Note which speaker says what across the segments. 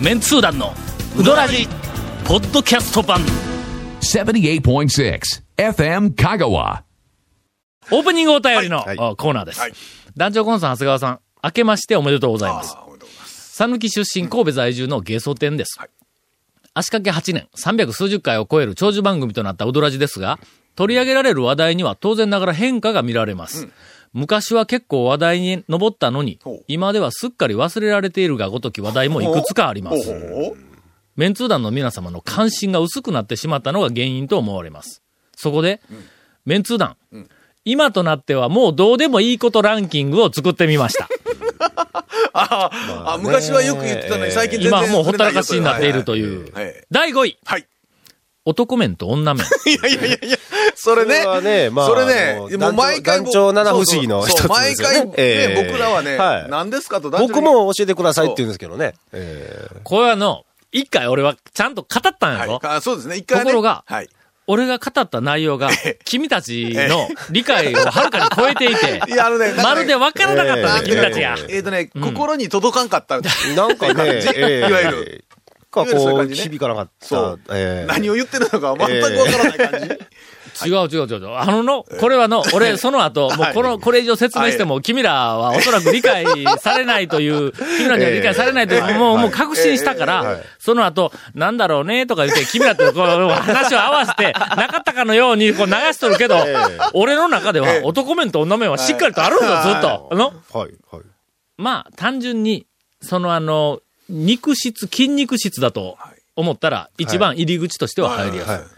Speaker 1: メンツー団のウドラジポッドキャスト版
Speaker 2: 78.6 FM Kagawa.
Speaker 1: オープニングお便りの、
Speaker 3: はい
Speaker 1: あコーナーです、
Speaker 3: はい
Speaker 1: 団長コンさん長谷川さん明けましておめでとうございます
Speaker 3: おめでとうございます。
Speaker 1: 讃岐出身神戸在住のゲソ天です、足掛け8年300数十回を超える長寿番組となったウドラジですが取り上げられる話題には当然ながら変化が見られます、昔は結構話題に上ったのに
Speaker 3: ほう、
Speaker 1: 今ではすっかり忘れられているがごとき話題もいくつかありま
Speaker 3: お
Speaker 1: す。
Speaker 3: お
Speaker 1: メンツー団の皆様の関心が薄くなってしまったのが原因と思われます。そこで、メンツー団、今となってはもうどうでもいいことランキングを作ってみました。
Speaker 3: ああ、あ昔はよく言ってたのに、最 近全然
Speaker 1: 今はもうほったらかしになっているという
Speaker 3: はいはい。
Speaker 1: 第5位、
Speaker 3: はい。
Speaker 1: 男面と女面。
Speaker 3: いやいやいやいや、それね。
Speaker 4: それはねまあ
Speaker 3: そ
Speaker 4: あの
Speaker 3: れね、もう毎回。
Speaker 4: 団長団長七不思議の
Speaker 3: そうそう
Speaker 4: 一つですよね
Speaker 3: そう毎回、
Speaker 4: え
Speaker 3: ね
Speaker 4: え
Speaker 3: 僕らはね
Speaker 4: は、い
Speaker 3: 何ですかと団長に
Speaker 4: 僕。も教えてくださいって言うんですけどね。
Speaker 1: これはあの、一回俺はちゃんと語ったんや
Speaker 3: は
Speaker 1: ぞ。
Speaker 3: い。あそうですね、一回ね。
Speaker 1: ところが
Speaker 3: はい。
Speaker 1: 俺が語った内容が、君たちの理解をはるかに超えていて、
Speaker 3: いや、あのね、なんかね
Speaker 1: まるで分からなかった
Speaker 3: なん
Speaker 1: ね、
Speaker 3: か
Speaker 1: 君たちが。
Speaker 3: えっとね、心に届かんか った。
Speaker 4: なんか ね、ええ
Speaker 3: いわゆる。
Speaker 4: か
Speaker 3: いわゆるそういう
Speaker 4: こう、
Speaker 3: 感じね
Speaker 4: 響かなかっ
Speaker 3: そう
Speaker 4: た。ええ
Speaker 3: 何を言ってるのか全くわからない感じ。
Speaker 1: 違う違う違う違う。あのの、これはの、俺、その後、もうこの、これ以上説明しても、君らはおそらく理解されないという、君らには理解されないとい
Speaker 4: え
Speaker 1: う、
Speaker 4: え
Speaker 1: もう、
Speaker 4: はい
Speaker 1: もう確信したか
Speaker 4: は
Speaker 1: ら
Speaker 4: い、
Speaker 1: その後、なんだろうね、とか言って、君らとこう、話を合わせて、なかったかのように、こう流しとるけど
Speaker 4: え、
Speaker 1: 俺の中では、男面と女面はしっかりとあるんだ、
Speaker 3: はい
Speaker 1: ずっと。あの、
Speaker 4: はい、はい。
Speaker 1: まあ、単純に、そのあの、肉質、筋肉質だと思ったら、一番入り口としては入りやすい。
Speaker 4: はいは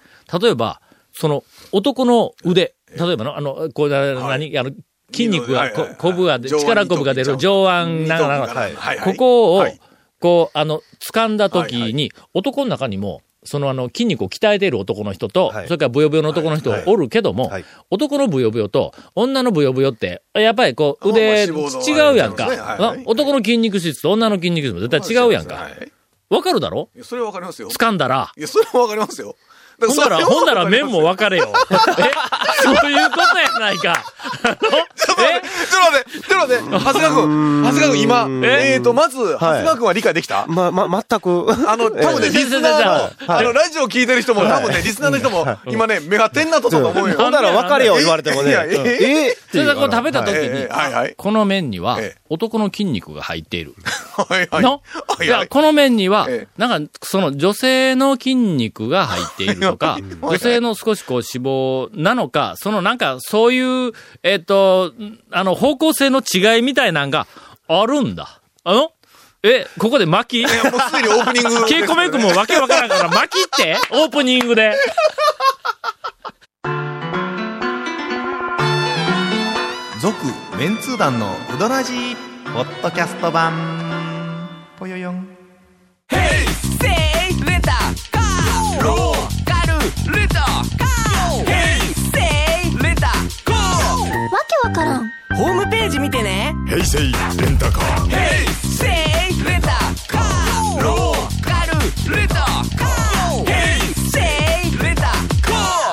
Speaker 1: 例えば、その、男の腕、例えばの、あの、こう、な
Speaker 3: はい
Speaker 1: 何、あの、筋肉が、
Speaker 3: はい
Speaker 1: こ
Speaker 3: はい
Speaker 1: こぶが出、
Speaker 3: 上腕
Speaker 1: 力こぶが出る上腕
Speaker 3: 二
Speaker 1: な
Speaker 3: 頭
Speaker 1: ん
Speaker 3: 筋
Speaker 1: か
Speaker 3: か
Speaker 4: はい
Speaker 3: はいは
Speaker 1: こ
Speaker 3: い
Speaker 1: こを
Speaker 3: はい、
Speaker 1: こう、あの、掴んだ時に、
Speaker 3: はい
Speaker 1: 男の中にも、そのあの、筋肉を鍛えている男の人と、
Speaker 4: はい
Speaker 1: それからブヨブヨの男の人
Speaker 4: はい
Speaker 1: おるけども、
Speaker 4: はい
Speaker 1: 男のブヨブヨと女のブヨブヨって、やっぱりこう、腕、
Speaker 3: まあ脂肪の
Speaker 1: 違うやんか、
Speaker 3: あれですねはいはい
Speaker 1: な男の筋肉質と女の筋肉質も絶対違うやんか。わ、
Speaker 3: はい
Speaker 1: かるだろ
Speaker 3: いやそれはわかりますよ。
Speaker 1: 掴んだら、
Speaker 3: いや、それはわかりますよ。だ
Speaker 1: ほんなら、
Speaker 3: それは
Speaker 1: ほんなら
Speaker 3: わかり
Speaker 1: 面
Speaker 3: ます
Speaker 1: も分かれよ。えそういうことやないか。あのえ
Speaker 3: ちょっと待って、ちょっと待って、長谷川君、長谷川君今、
Speaker 1: え
Speaker 3: えっと、まず、長谷川君は理解できた
Speaker 4: ま、ま、全く。
Speaker 3: あの、多分
Speaker 1: え
Speaker 3: ね、
Speaker 1: え
Speaker 3: リスナー
Speaker 1: はい
Speaker 3: の、あの、ラジオ聞いてる人も、多分ね、リスナーの人も、今ね、目が点なったと思うよ。
Speaker 4: ほんなら別れよ、言われてもね。
Speaker 3: いやいやえ
Speaker 4: え
Speaker 1: それでこう食べた時
Speaker 3: ええ
Speaker 1: に
Speaker 3: ええ、はいはい
Speaker 1: この面には
Speaker 3: ええ、
Speaker 1: 男の筋肉が入っている。
Speaker 3: はいはい。
Speaker 1: の、
Speaker 3: はいいは
Speaker 1: や、
Speaker 3: い。
Speaker 1: この面には
Speaker 3: ええ、
Speaker 1: なんか、その女性の筋肉が入っていると か、
Speaker 3: はいはい
Speaker 1: 女性の少しこう脂肪なのか、そのなんか、そういう、えっ、と、んあの、方向性の違いみたいなんがあるんだ。あのえ、ここで巻き
Speaker 3: いやもうすでにオープニングですよね。
Speaker 1: 稽古メイクもわけわからんから巻きってオープニングで。
Speaker 5: 続メンツー団のウドラジーポッドキャスト版ぽよよん
Speaker 6: わけわからん
Speaker 7: ホームページ見てね
Speaker 8: 平成レンタカー
Speaker 7: 「セイレンタカー」「ローカルレンタカー」「ヘイセイレンタカー」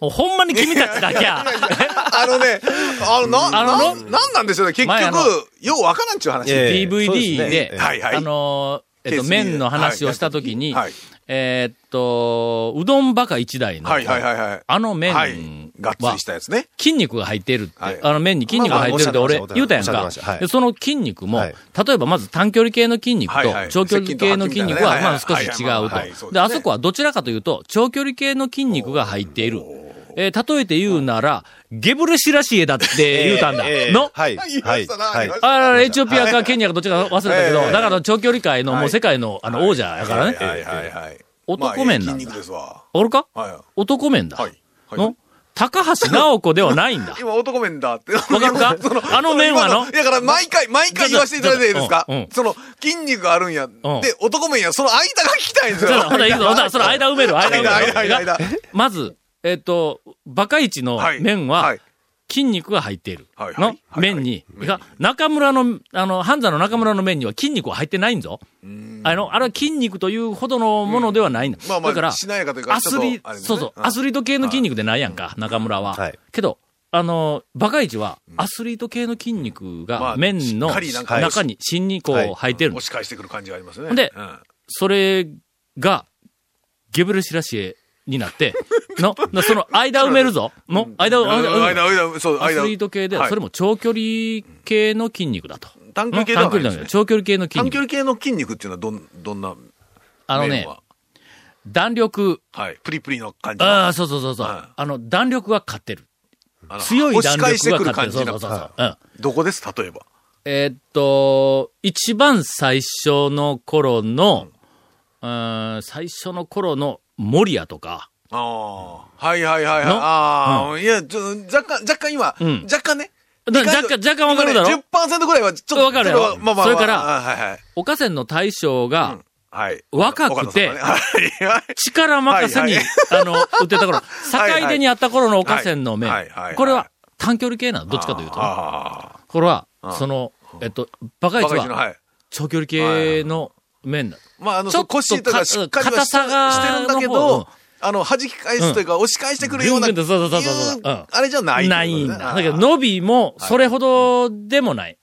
Speaker 1: もうほんまに君たちだけや。
Speaker 3: あのね、あの、な、
Speaker 1: あの
Speaker 3: な、なんなんでしょうね。結
Speaker 1: 前あ
Speaker 3: 局
Speaker 1: の、
Speaker 3: ようわからんっちゅう話。
Speaker 4: ええそう
Speaker 1: DVD
Speaker 4: すね
Speaker 1: で、
Speaker 4: ええ
Speaker 3: はいはい
Speaker 1: あのー、えっと、
Speaker 3: ケースに
Speaker 1: 麺の話をしたときに、
Speaker 3: はい
Speaker 1: えーっと、うどんバカ一台の、
Speaker 3: はいはいはいはい。
Speaker 1: あの麺は、
Speaker 3: はい。がっつりしたやつね。
Speaker 1: 筋肉が入っているって、
Speaker 3: はい
Speaker 1: あの麺に筋肉が入ってるって
Speaker 4: まあまあ
Speaker 1: 俺
Speaker 4: おっしゃってま
Speaker 1: 言
Speaker 4: した
Speaker 1: うたやん
Speaker 4: お
Speaker 1: か
Speaker 4: っしゃってましたは。い
Speaker 1: でその筋肉も、
Speaker 4: はい
Speaker 1: 例えばまず短距離系の筋肉と
Speaker 3: はいはい
Speaker 1: 長距離系の筋肉はまあ
Speaker 3: 接
Speaker 1: 少し
Speaker 3: 近と
Speaker 1: 違
Speaker 3: か
Speaker 1: う
Speaker 3: はいはいはいはいはいそ
Speaker 1: と。
Speaker 3: うですね
Speaker 1: で、あそこはどちらかというと、長距離系の筋肉が入っている。えー例えて言うなら、ゲブレシラシエだって言うたんだ。
Speaker 4: ええ
Speaker 1: の
Speaker 4: はい。
Speaker 3: 言いま
Speaker 4: は
Speaker 3: し
Speaker 4: い。
Speaker 3: たな
Speaker 4: は
Speaker 3: 言
Speaker 4: い
Speaker 3: いまし。た
Speaker 1: あらエチオピアかケニアかどっちか忘れたけど、
Speaker 3: ええ
Speaker 1: だから長距離界のもう世界のあの王者やからね。
Speaker 3: はいはいはいはい。
Speaker 1: 男麺な
Speaker 3: まあええ
Speaker 1: ん
Speaker 3: 筋肉
Speaker 1: だ
Speaker 3: で。すわ。
Speaker 1: おるか
Speaker 3: は
Speaker 1: 男麺だ
Speaker 3: い。はい。。はい
Speaker 1: の高橋直子ではない んだ。
Speaker 3: 今男麺だって。
Speaker 1: わかるかあの麺は の
Speaker 3: だから毎回、毎回言わせていただいていいですか
Speaker 1: うんうん
Speaker 3: その、筋肉があるんや。
Speaker 1: ん
Speaker 3: で、男麺や、その間が聞きたいんです
Speaker 1: そう
Speaker 3: よ。
Speaker 1: だ、ほんなら行くぞ。ほんならその間埋める、間埋める。
Speaker 3: 間間間間
Speaker 1: まず、えっ、と、バカイチの
Speaker 3: はい
Speaker 1: 麺は、筋肉が入っている。
Speaker 3: はいはい
Speaker 1: の麺に。が、中村の、あの、半沢の中村の麺には筋肉は入ってないんぞ。あの、あれは筋肉というほどのものではないんだ。
Speaker 3: まあまあ
Speaker 1: だから、
Speaker 3: しなやかというか
Speaker 1: アスリ
Speaker 3: ちょっとあれですね
Speaker 1: そうそう、
Speaker 3: うん
Speaker 1: アスリート系の筋肉でないやんか、中村は。
Speaker 4: はい
Speaker 1: けど、あの、バカイチは、アスリート系の筋肉
Speaker 3: ま
Speaker 1: が
Speaker 3: あ
Speaker 1: 麺の
Speaker 3: しっかりなんか
Speaker 1: 中に、芯にこう
Speaker 4: はい
Speaker 1: 入ってるんで
Speaker 3: 押
Speaker 1: す
Speaker 3: し返してくる感じがあります
Speaker 1: ほ
Speaker 3: ね。
Speaker 1: んで
Speaker 3: うん
Speaker 1: それが、ゲブレシラシエにな って、の、のその間埋めるぞ。の、間を、
Speaker 3: 間
Speaker 1: 間を
Speaker 3: 間、間、そう、
Speaker 1: アス
Speaker 3: 間。
Speaker 1: リート系で、
Speaker 3: はい
Speaker 1: それも長距離系の筋肉だと。
Speaker 3: 短距離系で
Speaker 1: 短
Speaker 3: はない
Speaker 1: 距離
Speaker 3: で
Speaker 1: だ
Speaker 3: す
Speaker 1: け
Speaker 3: ね
Speaker 1: ど、長距離系の筋
Speaker 3: 短距
Speaker 1: 肉。
Speaker 3: 離系の筋肉っていうのはどん、どんな
Speaker 1: あの
Speaker 3: 麺
Speaker 1: ね、
Speaker 3: は
Speaker 1: 弾力、
Speaker 3: はい。プリプリの感じ。
Speaker 1: ああ、そうそうそうそう、
Speaker 3: はい
Speaker 1: あの、弾力は勝ってる。
Speaker 3: あの
Speaker 1: 強い弾力
Speaker 3: 押し返してく
Speaker 1: は
Speaker 3: る
Speaker 1: 勝
Speaker 3: 感
Speaker 1: ってる。
Speaker 3: じ
Speaker 1: そ
Speaker 3: の
Speaker 1: うそうそうそう。うん。
Speaker 3: どこです例えば。
Speaker 1: えーっと、一番最初の頃の、うーん、最初の頃の森屋とか、
Speaker 3: ああ。はいはいはいはい。
Speaker 1: の
Speaker 3: ああ。いや、ちょっと、若干、若干今、
Speaker 1: うん
Speaker 3: 若干ね。
Speaker 1: だ
Speaker 3: 理解
Speaker 1: 若干若干わかるだろ
Speaker 3: 今ね ?10% ぐらいは、ちょっと。
Speaker 1: わかるや
Speaker 3: それ
Speaker 1: ろ
Speaker 3: はまあまあまあ。
Speaker 1: それから
Speaker 3: あはいはい。
Speaker 1: 岡線の大将が、
Speaker 3: はい。
Speaker 1: 若くて
Speaker 3: 岡野さんはね はいはい。
Speaker 1: 力任せに、
Speaker 3: はい
Speaker 1: あの、売ってた頃、
Speaker 3: はい
Speaker 1: 境出にあった頃の岡線の麺、
Speaker 3: はいはいはい
Speaker 1: これは短距離系なの、どっちかというとね、
Speaker 3: ああ。
Speaker 1: これは、その、えっと、バカイ
Speaker 3: バ
Speaker 1: チ
Speaker 3: カイチの、
Speaker 1: は
Speaker 3: はい。
Speaker 1: 長距離系の麺だ。
Speaker 3: まあ、あの、
Speaker 1: ちょっと
Speaker 3: 腰とかしっかりはし
Speaker 1: 硬さ
Speaker 3: してるんだけ
Speaker 1: の方うん
Speaker 3: ど、あの、弾き返すというか、押し返してくるような、
Speaker 1: ぐんぐんとそうそうそうそう
Speaker 3: い
Speaker 1: うん
Speaker 3: あれじゃない。
Speaker 1: ないんだ。だけど、
Speaker 3: の、
Speaker 1: 伸びもそれほどでもない。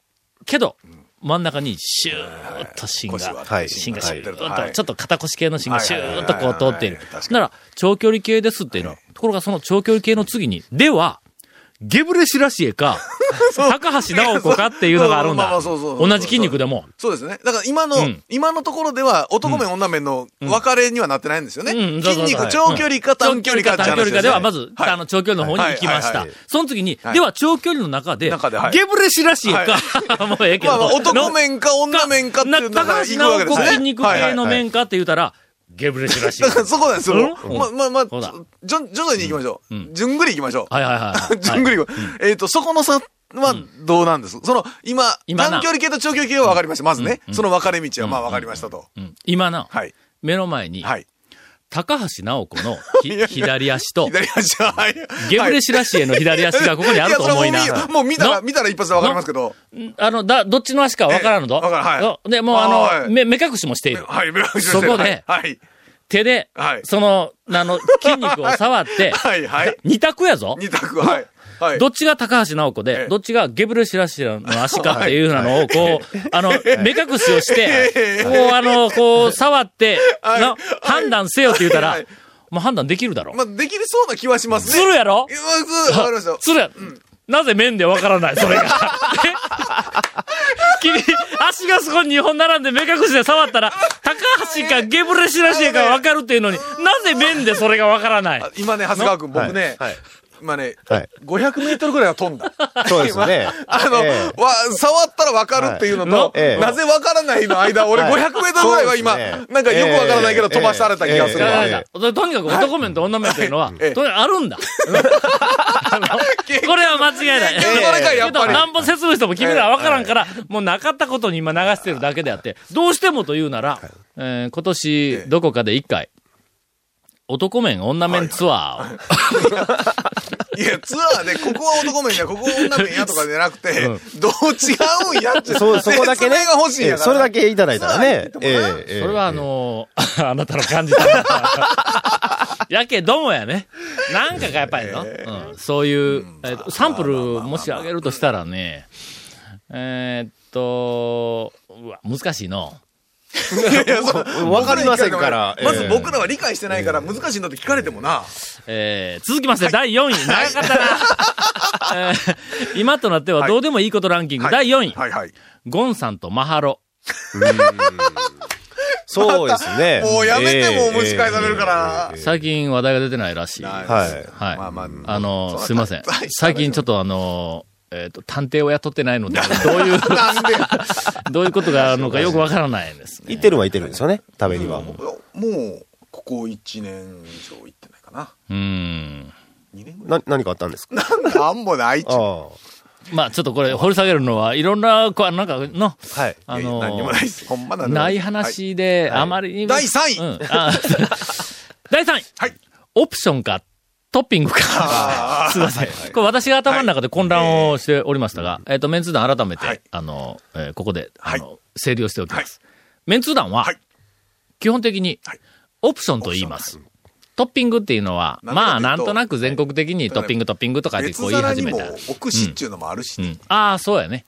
Speaker 1: けど、真ん中にシューッと芯
Speaker 3: 腰は
Speaker 1: が、
Speaker 4: はい
Speaker 1: 芯がシューッ
Speaker 3: は
Speaker 1: と、
Speaker 3: い
Speaker 1: ちょっと肩腰系の芯がシューッとこう
Speaker 3: はいはいはいはい
Speaker 1: 通っている
Speaker 3: はい確か。に
Speaker 1: なら、長距離系ですっていうの。ところがその長距離系の次に、では、ゲブレシラシエ か、高橋直子かっていうのがあるん
Speaker 3: まあま
Speaker 1: だ。
Speaker 3: あそうそうそう
Speaker 1: 同じ筋肉でも。
Speaker 3: そうですね。だから今の、
Speaker 1: うん
Speaker 3: 今のところでは、男面、女面の分かれにはなってないんですよね。
Speaker 1: うん
Speaker 3: 筋肉、
Speaker 1: はい
Speaker 3: 長距離か短距離かって話
Speaker 1: 長距離
Speaker 3: すね
Speaker 1: かでは、まず、
Speaker 3: い
Speaker 1: あの、長距離の方に行きまし
Speaker 3: は
Speaker 1: た
Speaker 3: いはいはい。
Speaker 1: その次に、
Speaker 3: はい
Speaker 1: では長距離の中で、
Speaker 3: 中ではい
Speaker 1: ゲブレシラシエか、 もうええけど。
Speaker 3: まあまあ、男面か女面かっていうの
Speaker 1: な
Speaker 3: が
Speaker 1: 高
Speaker 3: い
Speaker 1: 橋
Speaker 3: くわ
Speaker 1: 直
Speaker 3: けで
Speaker 1: 子
Speaker 3: すね。
Speaker 1: 筋肉
Speaker 3: はいは
Speaker 1: 系
Speaker 3: い
Speaker 1: の面かって言うたら、ゲブレシラシエ。
Speaker 3: だから
Speaker 1: は
Speaker 3: そこなんですよ。
Speaker 1: うん
Speaker 3: まあまあまあ、
Speaker 1: そうだ
Speaker 3: じょ徐々に行きましょう。
Speaker 1: ん
Speaker 3: じゅんぐり行きましょう。
Speaker 1: いはいはい はい。
Speaker 3: じゅんぐり行こうえっと、そこの差はどうなんですその、今、
Speaker 1: 今な
Speaker 3: 短距離系と長距離系は分かりました。まずね、その分かれ道はまあ分かりましたと。
Speaker 1: うん今な、
Speaker 3: はい。
Speaker 1: 目の前に、
Speaker 3: はい。
Speaker 1: 高橋直子のひ
Speaker 3: いやいや
Speaker 1: 左足と、
Speaker 3: 左足は、はい。
Speaker 1: ゲブレシラシエの左足がここにあると思いな。
Speaker 3: やそれはもう見もう見たら、
Speaker 1: の
Speaker 3: 見たら一発で分かりますけど。
Speaker 1: んあの、だ、どっちの足かわからんの
Speaker 3: ええわからんは
Speaker 1: と。で、もうあ
Speaker 3: は
Speaker 1: の、
Speaker 3: い
Speaker 1: 目、目隠しもしている。
Speaker 3: はい、目隠し
Speaker 1: そこで
Speaker 3: はい。
Speaker 1: 手で
Speaker 3: はい、
Speaker 1: その、あの、筋肉を触って、
Speaker 3: はい、はい。
Speaker 1: 二択やぞ。
Speaker 3: 二択、はい。はい。
Speaker 1: どっちが高橋直子で
Speaker 3: え、
Speaker 1: どっちがゲブレシラシエの足かっていうのを、こう、あの、目隠しをして、こう、あの、こう、触って、
Speaker 3: はい
Speaker 1: の、判断せよって言ったら
Speaker 3: はい、
Speaker 1: もう判断できるだろ
Speaker 3: ま。あ、できるそうな気はしますね。
Speaker 1: するやろ
Speaker 3: いやまあそうわかりました。
Speaker 1: するやなぜ面でわからない、それが。え君、足がそこに2本並んで目隠しで触ったら、高橋かゲブレシラシエかわかるっていうのに、なぜ面でそれがわからない。
Speaker 3: あ今ね、長谷川君、僕ね、
Speaker 4: はいはい
Speaker 3: 今ね、
Speaker 4: はい
Speaker 3: 500メートルぐらいは飛ん だ。
Speaker 4: そうですよね。
Speaker 3: あの、
Speaker 4: え
Speaker 3: わ、触ったら分かるっていうのと、
Speaker 4: はいええ
Speaker 3: なぜ分からないの間、俺500
Speaker 4: はい
Speaker 3: メートルぐらいは今、
Speaker 4: そうですね
Speaker 3: なんかよく分からないけど
Speaker 4: ええ
Speaker 3: 飛ばされた気がする
Speaker 1: だから
Speaker 3: わ。
Speaker 4: ええええ
Speaker 1: さとにかく男面と女面というのは、と
Speaker 3: ええ
Speaker 1: にかくあ るんだ。これは間違いない。
Speaker 3: 結局これかやっぱり
Speaker 1: けどなんぼ説明しても君らは分からんから、もうなかったことに今流してるだけであって、どうしてもというなら、えー今年どこかで一回、男面、女面ツア
Speaker 3: いや、ツアーで、ここは男面や、ここは女面やとかじゃなくて、どう違うんやって、
Speaker 4: えそうそこだけね
Speaker 3: 説明が欲しいんや
Speaker 4: ええ
Speaker 3: から。
Speaker 4: それだけいただいたらね。えええ
Speaker 1: ー
Speaker 4: え
Speaker 1: を、それはあのー あな たの感じだ。やけどもやね。なんかがやっぱりの、うんそういう、えーとサンプルもしあげるとしたらね、えーっと、うわ、難しいの。
Speaker 4: わかりませんから。
Speaker 3: まず
Speaker 4: ええ
Speaker 3: 僕らは理解してないから、難しいのって聞かれてもな。
Speaker 1: えー続きまして、第4位。長かった な、えー今となってはどうでもいいことランキング、
Speaker 3: は
Speaker 1: 第
Speaker 3: い
Speaker 1: 4位、
Speaker 3: はいはい。
Speaker 1: ゴンさんとマハロ。
Speaker 4: そうですね。
Speaker 3: もうやめて
Speaker 4: ええ
Speaker 3: もう蒸し返されるから。
Speaker 1: 最近話題が出てないらしい。
Speaker 3: は
Speaker 1: はいい。
Speaker 4: はい。
Speaker 1: あ
Speaker 3: まあまあ
Speaker 1: の
Speaker 3: そ
Speaker 1: ー、
Speaker 3: んな
Speaker 1: すいません
Speaker 3: 大した話。
Speaker 1: 最近ちょっとあのー、えっ、と、探偵を雇ってないので、どういう、
Speaker 3: なんで
Speaker 1: どういうことがあるのかよくわからないんです、ね。
Speaker 4: 行ってるはいてるんですよね。食べには。
Speaker 3: もう、ここ1年以上行ってないかな。
Speaker 1: うーん。
Speaker 3: 2年ぐ
Speaker 4: な、何かあったんですから
Speaker 3: い。なんもない
Speaker 4: ああ。
Speaker 1: まあ、ちょっとこれ掘り下げるのは、いろんな、こう、なんかの、
Speaker 4: はい。
Speaker 1: あ
Speaker 3: いやい
Speaker 1: の
Speaker 3: や
Speaker 1: ー、
Speaker 3: 何にもないです。ほんまなんでも
Speaker 1: ない
Speaker 3: はい
Speaker 1: 話で、あまりにも、
Speaker 3: 第三位
Speaker 1: うんあ 第3位
Speaker 3: はい
Speaker 1: オプションか、トッピングか。 すいません。これ私が頭の中で混乱をしておりましたが、えっと、メンツー団改め
Speaker 3: は
Speaker 1: て
Speaker 3: い、
Speaker 1: あの、えーここで、あ
Speaker 3: は
Speaker 1: の、整理をしておきます。メンツー団は
Speaker 3: はい、
Speaker 1: 基本的に
Speaker 3: はい、
Speaker 1: オプションと言います。トッピングっていうのは、
Speaker 3: なんとなく
Speaker 1: まあ、なん
Speaker 3: 言うと
Speaker 1: となく全国的に
Speaker 3: はい
Speaker 1: トッピングトッピングとかってこう言
Speaker 3: 別
Speaker 1: い
Speaker 3: 皿
Speaker 1: 始
Speaker 3: に
Speaker 1: め
Speaker 3: も
Speaker 1: たら。
Speaker 3: 置くしっちゅうのもあるし
Speaker 1: う
Speaker 3: ね、
Speaker 1: ん。ああ、そうやね。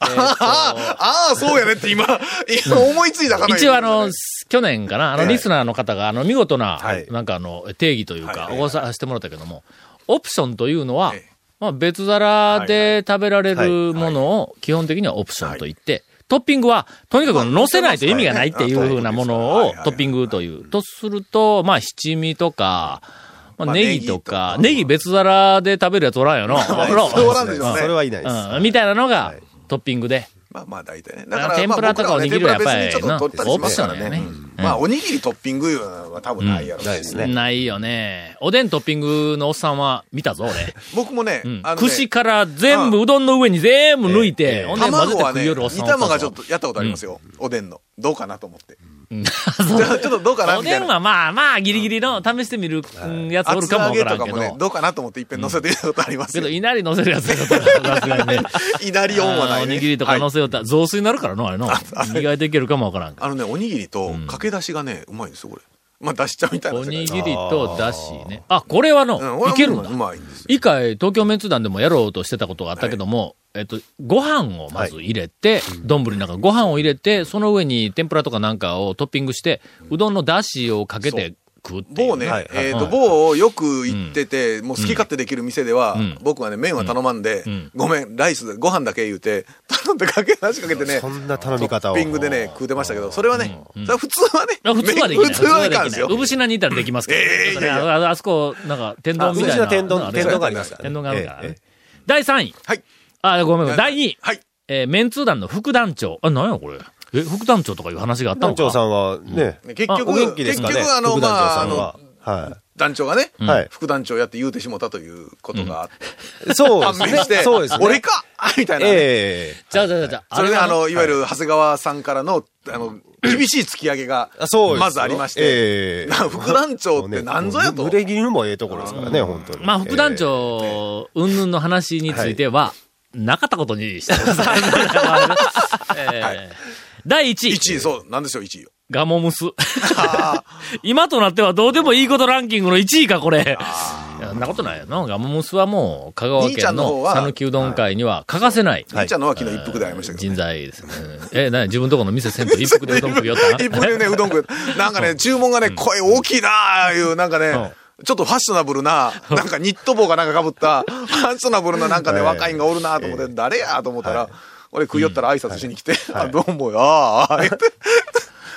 Speaker 1: えーっと
Speaker 3: ああ、そうやねって今、今思いついたかな
Speaker 1: 一応あの、去年かな、あの、リスナーの方が、あの、見事な
Speaker 4: はい、
Speaker 1: なんかあの、定義というか、
Speaker 3: はい
Speaker 1: おごさしてもらったけども、オプションというのは
Speaker 3: ええ、
Speaker 1: まあ、別皿で食べられ
Speaker 4: はいは
Speaker 1: るものを、基本的にはオプションと言って、トッピングは、とにかく
Speaker 3: まあ
Speaker 1: 乗せないと意味がないっていう
Speaker 3: はい
Speaker 1: ふうなも
Speaker 3: はい
Speaker 1: の
Speaker 3: は
Speaker 1: を
Speaker 3: いはい
Speaker 1: トッピングという。とすると、まあ、七味とか、ま
Speaker 3: ま
Speaker 1: あ、
Speaker 3: あ
Speaker 1: ネギとか、
Speaker 3: ネギとか
Speaker 1: ネギ別皿で食べるやつおらんよな。
Speaker 3: まあ
Speaker 1: おらん
Speaker 3: そうおらんでしょうね
Speaker 4: それはいないです。
Speaker 1: うん、みたいなのが、トッピングで。
Speaker 3: まあまあ大体ね。
Speaker 1: あの天ぷらとかおにぎりはやっぱり
Speaker 3: ちょっと取ったりしますか
Speaker 1: な
Speaker 3: ら
Speaker 1: オプションだ
Speaker 3: ね。
Speaker 1: よね
Speaker 3: うんまあおにぎりトッピングいうのは多分ないやろうし
Speaker 4: ないですね。
Speaker 1: ないよね。おでんトッピングのおっさんは見たぞ、俺。
Speaker 3: 僕もね、
Speaker 1: うん
Speaker 3: あのね
Speaker 1: 串から全部、うどんの上に全部抜いて、ほんで混ぜ
Speaker 3: 卵
Speaker 1: て
Speaker 3: は
Speaker 1: 食う
Speaker 3: ね、
Speaker 1: よるおっさ
Speaker 3: 煮
Speaker 1: んおったぞ。
Speaker 3: 卵がちょっとやったことありますよ。おでんの。どうかなと思って。
Speaker 1: そう
Speaker 3: じゃあちょっとどうかな
Speaker 1: お
Speaker 3: みた
Speaker 1: で
Speaker 3: い
Speaker 1: ん
Speaker 3: な。
Speaker 1: はまあまあ、ギリギリの試してみるうんやつおる
Speaker 3: 厚
Speaker 1: かも
Speaker 3: 揚
Speaker 1: わから
Speaker 3: げと
Speaker 1: んけ
Speaker 3: か
Speaker 1: ど。
Speaker 3: もね、どうかなと思って一遍乗せてみたことあります
Speaker 1: け
Speaker 3: よ
Speaker 1: ど、。いなり乗せるやつやからさすがにね。
Speaker 3: いなり音はない
Speaker 1: お
Speaker 3: ね。
Speaker 1: にぎりとか乗
Speaker 3: はい
Speaker 1: せよったら、雑炊になるからの、あれの。意外といけるかもわからんけど。
Speaker 3: あのね、おにぎりと、かけ出しがね、うまいんですよ、これ。まあ、出しちゃみたいな
Speaker 1: お
Speaker 3: 世
Speaker 1: に
Speaker 3: 界。
Speaker 1: ぎりとだしね。あ、これはの、
Speaker 3: うん俺
Speaker 1: い
Speaker 3: は
Speaker 1: けるんだ
Speaker 3: う。まいんですよ。
Speaker 1: 以下、東京メンツ団でもやろうとしてたことがあったけども、えっと、ご飯をまず入れて、丼の中にご飯を入れて、その上に天ぷらとかなんかをトッピングして、うどんの出汁をかけて食うっていう。
Speaker 3: 某ね、
Speaker 4: はい
Speaker 3: えっ、
Speaker 1: は
Speaker 3: と、
Speaker 1: い
Speaker 3: 某をよく行ってて、もう好き勝手できる店では、
Speaker 1: ん
Speaker 3: 僕はね、麺は頼まんで、
Speaker 1: ん
Speaker 3: ごめん、ライス、ご飯だけ言うて、頼んでかけ出しかけてね、
Speaker 4: そ
Speaker 3: ト
Speaker 4: んな頼み方
Speaker 3: ッ
Speaker 4: を。
Speaker 3: ピングでね、食うてましたけど、それはね、それは普通はね、
Speaker 1: あ普通はできない。
Speaker 3: 普通はできない
Speaker 1: 普
Speaker 3: です
Speaker 1: 通は
Speaker 3: よ
Speaker 1: でき。うぶし菜にいたらできますけど。ちょっとねあのあそこ、なんか、天丼みたいな。
Speaker 4: あうぶし菜天丼
Speaker 1: なんかね
Speaker 4: 天丼がありますからね
Speaker 1: 天丼があるから
Speaker 4: ええ
Speaker 1: ね。第3位。
Speaker 3: はい。
Speaker 1: あ、ごめんごめん。第2位。
Speaker 3: はい。
Speaker 1: えー、メンツ団の副団長。あ、なんやこれ。え、副団長とかいう話があったの
Speaker 4: 団
Speaker 1: か
Speaker 4: 長さんはね、
Speaker 3: 結
Speaker 4: あお元
Speaker 3: 局、
Speaker 4: 気です
Speaker 3: 結
Speaker 4: かね。
Speaker 3: 局、あの、
Speaker 4: 副
Speaker 3: ま
Speaker 4: 団長
Speaker 3: あ、
Speaker 4: さ
Speaker 3: あ
Speaker 4: ん
Speaker 3: の
Speaker 4: は、。は
Speaker 3: 団長がね、
Speaker 4: い。はい。
Speaker 3: 副団長やって言うてしもたということがあって、
Speaker 4: そう
Speaker 3: 判明
Speaker 4: で
Speaker 3: し
Speaker 4: すね。
Speaker 3: て、
Speaker 4: そうですね。
Speaker 3: 俺かみたいなね、
Speaker 4: ええ
Speaker 1: じゃあじゃあじゃあ、
Speaker 3: それで、あ
Speaker 1: な
Speaker 3: の、いわゆる長谷川さんからの、あの、厳しい突き上げが
Speaker 4: あそうです、よ
Speaker 3: まずありまして、
Speaker 4: ええ
Speaker 3: な副団長ってなんぞやと。
Speaker 4: もうね濡れ衣もええところですからね、本当に。
Speaker 1: まあ、副団
Speaker 4: ええ
Speaker 1: 長、うんぬんの話については、なかったことにしてください。えー第1位、
Speaker 3: 1位、そう、なんでしょう、1位よ。
Speaker 1: ガモムス。 今となってはどうでもいいことランキングの1位か、これ。いやそんなことないよな。ガモムスはもう、香川
Speaker 3: 兄ちゃ
Speaker 1: 県
Speaker 3: んの
Speaker 1: の
Speaker 3: 方は
Speaker 1: 讃岐うどん会には欠かせない。
Speaker 3: 兄ちゃんのは昨日一服で会いましたけど、
Speaker 1: 人材ですね。え、なに自分とこの店せんと一服でうどん食いよった
Speaker 3: 一服でね、うどん食う。なんかね、注文がね、声大きいなあいう、なんかね、ちょっとファッショナブルな、なんかニット帽がなんか被った、ファッショナブルななんかね、
Speaker 4: はい
Speaker 3: 若いんがおるなと思って、誰やと思ったら、俺食い寄ったら挨拶しに来て、あ、どうもよ、ああ、言って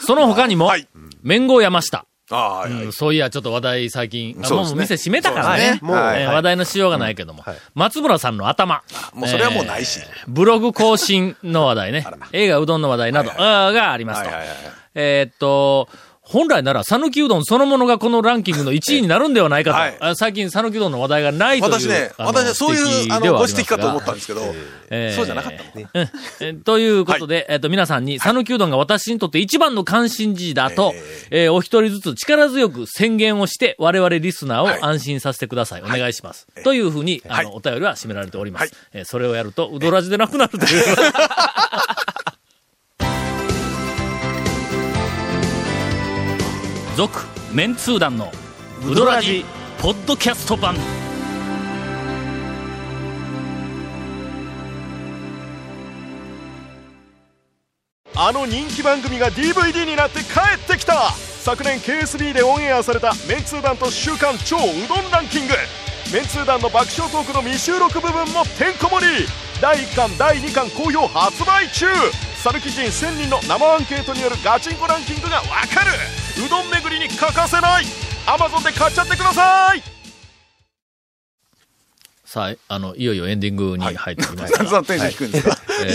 Speaker 1: その他にも
Speaker 3: はい、
Speaker 1: 麺号山下。
Speaker 3: ああ、
Speaker 1: うんそういや、ちょっと話題最近、あ
Speaker 3: そうで
Speaker 1: も
Speaker 3: す
Speaker 1: う
Speaker 3: ね
Speaker 1: 店閉めたからね。
Speaker 4: そうですねもう
Speaker 1: えー
Speaker 4: はい
Speaker 1: 話題のしようがないけども。松村さんの頭。
Speaker 3: もうそれはもうないし。
Speaker 1: えーブログ更新の話 題ね。映画うどんの話題など、あーがありますと。
Speaker 3: はいはいはい
Speaker 1: えーっと、本来なら、讃岐うどんそのものがこのランキングの1位になるんではないかと。
Speaker 3: はい
Speaker 1: あ最近、讃岐うどんの話題がないという。
Speaker 3: 私ね、
Speaker 1: あの
Speaker 3: 私はそうい
Speaker 1: 指
Speaker 3: う、あ
Speaker 1: で
Speaker 3: の、
Speaker 1: は
Speaker 3: ご
Speaker 1: り
Speaker 3: 指
Speaker 1: ます
Speaker 3: 摘か
Speaker 1: が
Speaker 3: と思ったんですけど、
Speaker 1: えー
Speaker 3: そうじゃなかったもんね。
Speaker 1: えーということで、えっと、皆さんに、讃岐うどんが私にとって一番の関心事だと、えーお一人ずつ力強く宣言をして、我々リスナ
Speaker 3: は
Speaker 1: ー
Speaker 3: い
Speaker 1: を安心させてください。お願いします。というふうに、あの、お便りは締められております。
Speaker 3: はい
Speaker 1: えーそれをやると、うどらじでなくなるという。 続、メンツー団の、うどらじ、ポッドキャスト版。
Speaker 9: あの人気番組が DVD になって帰ってきた昨年 KSB でオンエアされた「メンツー団と「週刊超うどんランキング」メンツー団の爆笑トークの未収録部分もてんこ盛り第1巻第2巻好評発売中サルキ人1000人の生アンケートによるガチンコランキングがわかるうどん巡りに欠かせない Amazon で買っちゃってください
Speaker 1: さあ、あの、いよいよエンディングに入ってきました
Speaker 3: なんでそのテンション低いんですか
Speaker 1: え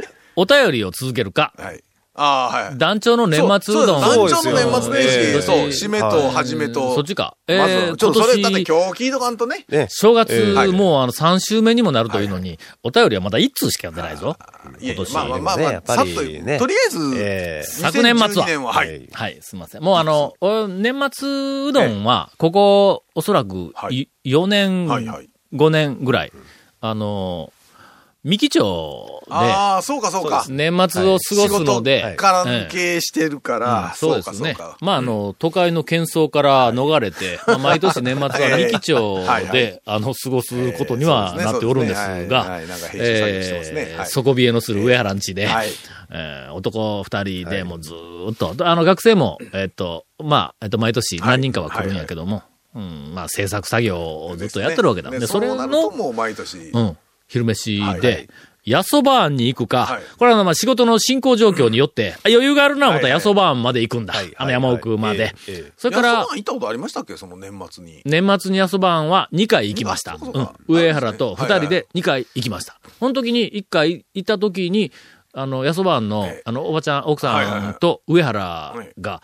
Speaker 1: ーお便りを続けるか、
Speaker 3: はい。ああ、はい。
Speaker 1: 団長の年末うどん
Speaker 3: そう団長の年末年
Speaker 4: そうです
Speaker 3: 始、
Speaker 4: よ
Speaker 3: そう、締めと始め
Speaker 1: うん
Speaker 3: と。
Speaker 1: そっちか。え
Speaker 3: まず
Speaker 1: ー
Speaker 3: は、ちょっとそれ、だって
Speaker 1: 今
Speaker 3: 今
Speaker 1: 年、
Speaker 3: 日聞いとかんとね。
Speaker 4: ね。
Speaker 1: 正月、
Speaker 3: はい
Speaker 1: もうあの、3週目にもなるというのに、お便りはまだ1通しか出ないぞ。
Speaker 3: いや
Speaker 1: 今
Speaker 3: いや
Speaker 1: 年。
Speaker 3: まあまあまあま
Speaker 4: や
Speaker 3: あ
Speaker 4: っ、ぱ
Speaker 3: さっ
Speaker 4: り
Speaker 3: と、とり
Speaker 4: ね
Speaker 3: あえ
Speaker 4: ええ
Speaker 3: ず、
Speaker 1: 昨年末は
Speaker 3: 2012年は、はい。
Speaker 1: はい、すみません。もうあの、お年末うどんは、ここ、おそらく、
Speaker 3: はい
Speaker 1: 4年、
Speaker 3: はいはい
Speaker 1: 5年ぐらい、あの、三木町で、
Speaker 3: ああ、そうかそうか。
Speaker 1: 年末を過ごすので、え
Speaker 3: 仕事関
Speaker 1: え
Speaker 3: 係してる
Speaker 1: う
Speaker 3: か
Speaker 1: ん
Speaker 3: ら、
Speaker 1: そうで
Speaker 3: そうか
Speaker 1: す
Speaker 3: そう
Speaker 1: ね
Speaker 3: か。。
Speaker 1: まあ、あの、都会の喧騒から逃れて、まあ毎年年末は
Speaker 3: ええ
Speaker 1: 三木町
Speaker 3: はいは
Speaker 1: で、あの、過ごすことには
Speaker 3: ええ
Speaker 1: なっておるんです
Speaker 3: そうですねはい
Speaker 1: が
Speaker 3: はいなんか、編集作業してますね
Speaker 1: え
Speaker 3: は
Speaker 1: ー
Speaker 3: い
Speaker 1: 底冷えのする上原んちで
Speaker 3: はい、
Speaker 1: えー男二人でもうずーっと、あの、学生も、えっと、まあ、えっと、毎年何人かは来るんやけども、うん、まあ、制作作業をずっとやってるわけだ。
Speaker 3: で
Speaker 1: で、
Speaker 3: そ
Speaker 1: それ
Speaker 3: れの。
Speaker 1: の、
Speaker 3: もう毎年。
Speaker 1: うん。昼飯
Speaker 3: はいは
Speaker 1: で
Speaker 3: い、
Speaker 1: ヤソバーンに行くか、
Speaker 3: はい
Speaker 1: これはまあ仕事の進行状況によって、あ余裕があるな思ったらヤ
Speaker 3: はいはい
Speaker 1: ソバーンまで行くんだ。
Speaker 4: はいはい
Speaker 1: あの山奥まで。
Speaker 4: ええええ
Speaker 1: それか
Speaker 3: いや
Speaker 1: ら
Speaker 3: そんな、ん行ったことありましたっけその年末に。
Speaker 1: 年末にヤソバーンは2回行きました。
Speaker 3: あ
Speaker 1: う
Speaker 3: そうんかそうか
Speaker 1: 上原と2
Speaker 3: はいは
Speaker 1: 人
Speaker 3: い
Speaker 1: で2回行きました。その時に1回行った時に、あの、ヤソバーンの
Speaker 3: ええ、
Speaker 1: あの、おばちゃん、奥
Speaker 3: はいはい
Speaker 1: さ
Speaker 3: は
Speaker 1: ん
Speaker 3: い
Speaker 1: と上原が、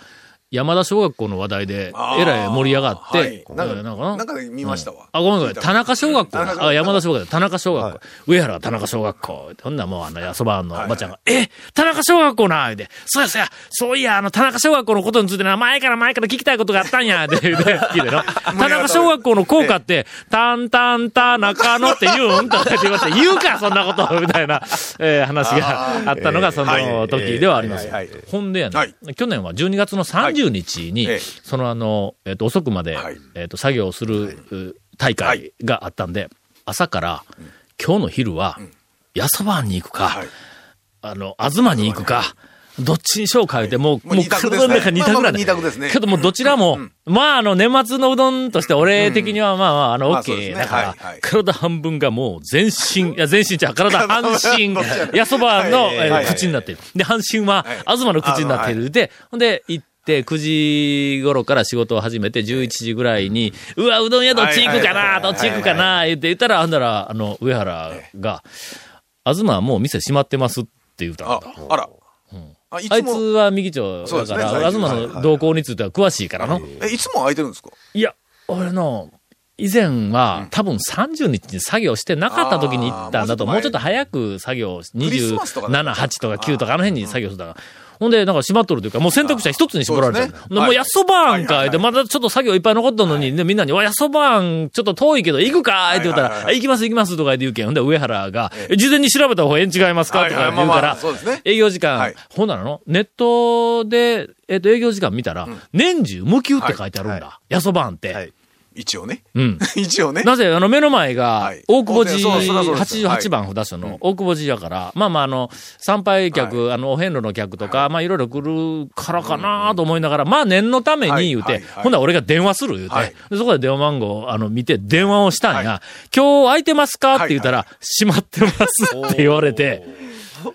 Speaker 1: 山田小学校の話題で、
Speaker 3: あー
Speaker 1: えらい盛り上がって、
Speaker 3: はい
Speaker 1: こう
Speaker 3: なんか
Speaker 1: えー
Speaker 3: なんかで見ましたわ
Speaker 1: あ、ごめんごめん。田中小学校
Speaker 3: 田中小学
Speaker 1: な。
Speaker 3: 校
Speaker 1: あ、山田小学校、田中小学校。上原は田中小学校。ほんならもうあの、そばのおばちゃんが、え、田中小学校な言うて、そうやそうや、そういや、あの、田中小学校のことについてな、前から前から聞きたいことがあったんや、で、言うて、聞いて な。田中小学校の校歌って、タンタンタ中野って言うんとか言ってました。言うか、そんなことみたいな、えー話があったのが、その時ではあります。ほんでやな
Speaker 3: はい、
Speaker 1: 去年は12月の30日に
Speaker 3: はいええ、
Speaker 1: そのあの、えっと、遅くまで
Speaker 3: はい、
Speaker 1: えっと、作業をするう大会があったんで、朝から、今日の昼は、やそばに行くか
Speaker 3: はい、
Speaker 1: あの、東に行くか、どっちにしようか言うて、もう、
Speaker 3: も
Speaker 1: も
Speaker 3: う
Speaker 1: う
Speaker 3: 二択
Speaker 1: 体
Speaker 3: で
Speaker 1: の中
Speaker 3: すね
Speaker 1: 二択なん
Speaker 3: まあまあ二択ですね
Speaker 1: けどもうどちらも、まああの、年末のうどんとして、俺的にはまあまあ、あの、
Speaker 3: まあそうで
Speaker 1: OK
Speaker 3: すね
Speaker 1: だから
Speaker 3: はいは、い
Speaker 1: 体半分がもう全 身、いや、全身じゃう体半身
Speaker 3: どっちや、ね
Speaker 1: やそばの
Speaker 3: はいはい
Speaker 1: え
Speaker 3: はい
Speaker 1: ー口になってる。で、半身は
Speaker 3: はい、
Speaker 1: 東の口になってる。で、ほんで、行って、9時頃から仕事を始めて、11時ぐらいに、うわ、うどん屋どっち行くかな、どっち行くかな、言って言ったら、あんだら、あの、上原が、東はもう店閉まってますって言うたん
Speaker 3: あ
Speaker 1: だ。、
Speaker 3: あら。あ、い
Speaker 1: あ
Speaker 3: つ
Speaker 1: いつ
Speaker 3: も、
Speaker 1: は右町だ
Speaker 3: そ
Speaker 1: か
Speaker 3: うで
Speaker 1: ら、
Speaker 3: すね
Speaker 1: 東の動向については詳しいからの。
Speaker 3: え、いつも空いてるんですか
Speaker 1: いや、俺の、以前は、多分30日に作業してなかった時に行ったんだと、も
Speaker 3: あーも
Speaker 1: う
Speaker 3: う
Speaker 1: ち
Speaker 3: ち
Speaker 1: ょっと
Speaker 3: ょっと
Speaker 1: 早く作業し、
Speaker 3: クリスマスとかだ
Speaker 1: 27、8とか9とかあの辺に作業してたから。ほんで、なんか閉まっとるというか、もう選択肢は一つに絞られちゃう。
Speaker 3: そうですね
Speaker 1: ほんでも
Speaker 3: は
Speaker 1: う
Speaker 3: い
Speaker 1: やっそばーんか
Speaker 3: はい
Speaker 1: い。で、まだちょっと作業いっぱい残っとんのに、でみんなに、わ、やっそばーん、ちょっと遠いけど行くかーって言うた
Speaker 3: はいはい
Speaker 1: ら、
Speaker 3: はい
Speaker 1: 行きます行きますとか言って言うけん。ほんで、上原が
Speaker 3: え、
Speaker 1: え事前に調べた方がええん違いますかとか言う
Speaker 3: はいはいま
Speaker 1: か
Speaker 3: あまあ
Speaker 1: ら
Speaker 3: そうですね、
Speaker 1: 営業時
Speaker 3: は
Speaker 1: 間
Speaker 3: い、
Speaker 1: ほんならの、ネットで、えっと、営業時間見たら、年中無休って書いてあるんだ。やそばーんって。
Speaker 4: はい
Speaker 3: 一応ね。
Speaker 1: うん。
Speaker 3: 一応ね。
Speaker 1: なぜ、あの、目の前が
Speaker 3: はい、
Speaker 1: 大久保寺、
Speaker 3: そうそうそうそう
Speaker 1: 88番札所の大久保寺やから、まあまあ、あの、参拝客、あの、お遍路の客とか、まあいろいろ来るからかなと思いながら、まあ念のため
Speaker 3: は
Speaker 1: に
Speaker 3: い
Speaker 1: 言う
Speaker 3: は
Speaker 1: て
Speaker 3: い、はい
Speaker 1: ほんなら俺が電話する言う
Speaker 3: は
Speaker 1: て
Speaker 3: い、
Speaker 1: でそこで電話番号、あの、見て電話をしたんや、今日空いてますかって言ったら、閉まってますって言われて、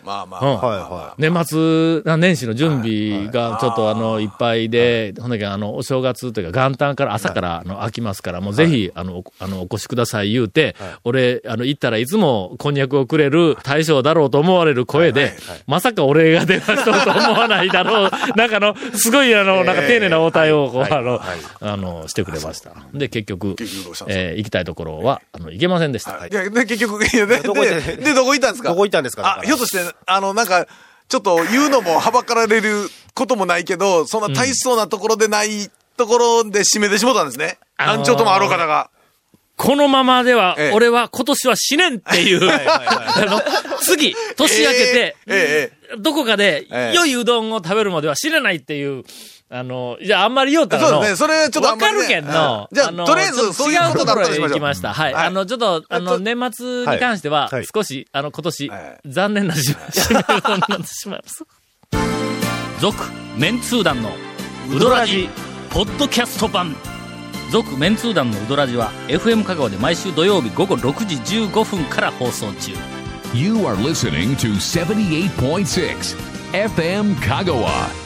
Speaker 3: まあまあ
Speaker 1: うん
Speaker 3: まあ。
Speaker 4: はいは
Speaker 1: 年末、あ年始の準備がちょっとあの、いっぱいで、ほんだけあの、お正月というか元旦から朝からあの、飽きますから、もうぜひ、あの、おあの、お越しください言うて、俺、あの、行ったらいつもこんにゃくをくれる大将だろうと思われる声で、まさか俺が電話しとると思わないだ ろう、なんかあの、すごいあの、なんか丁寧な応対をこう、あの、あの、してくれました。で、結局
Speaker 3: 結局どうした、んです
Speaker 1: えー行きたいところは、あの、行けませんでした。
Speaker 3: いや、で、結局、いやで、で、
Speaker 4: どこ行って
Speaker 3: で、どこ行ったんですか
Speaker 4: どこ行ったんですかだか
Speaker 3: あ、
Speaker 4: ら
Speaker 3: ひょっとして、あの、なんか、ちょっと言うのもはばかられることもないけど、そんな大層なところでないところで締めてしもたんですね。
Speaker 1: あのー
Speaker 3: 安長ともあろう方が。
Speaker 1: このままでは
Speaker 3: ええ、
Speaker 1: 俺は今年は死ねんっていう、あの、次、年明けて、
Speaker 3: えええ
Speaker 1: どこかで
Speaker 3: え、え
Speaker 1: 良いうどんを食べるまでは死ねないっていう、あの、じゃああんまり言うたらの
Speaker 3: そうですねそれはちょっとあ
Speaker 1: わ
Speaker 3: んま
Speaker 1: か
Speaker 3: りね
Speaker 1: るけんの。
Speaker 3: うんじゃあ
Speaker 1: の
Speaker 3: とりあえず
Speaker 1: ちょっ
Speaker 3: そういうことだったとし
Speaker 1: 違うところへ
Speaker 3: ましょう
Speaker 1: 行きました。はい。
Speaker 3: はい
Speaker 1: あの、ちょっと、あの、
Speaker 3: えっと
Speaker 1: 年末に関しては
Speaker 4: はい、
Speaker 1: 少し、あの、今年
Speaker 3: はい、
Speaker 1: 残念なし、締めることになってしまいます。続、メンツー団の、ウドラジ、ポッドキャスト版。続メンツー団のウドラジは FM 香川で毎週土曜日午後6時15分から放送中
Speaker 2: You are listening to 78.6 FM Kagawa.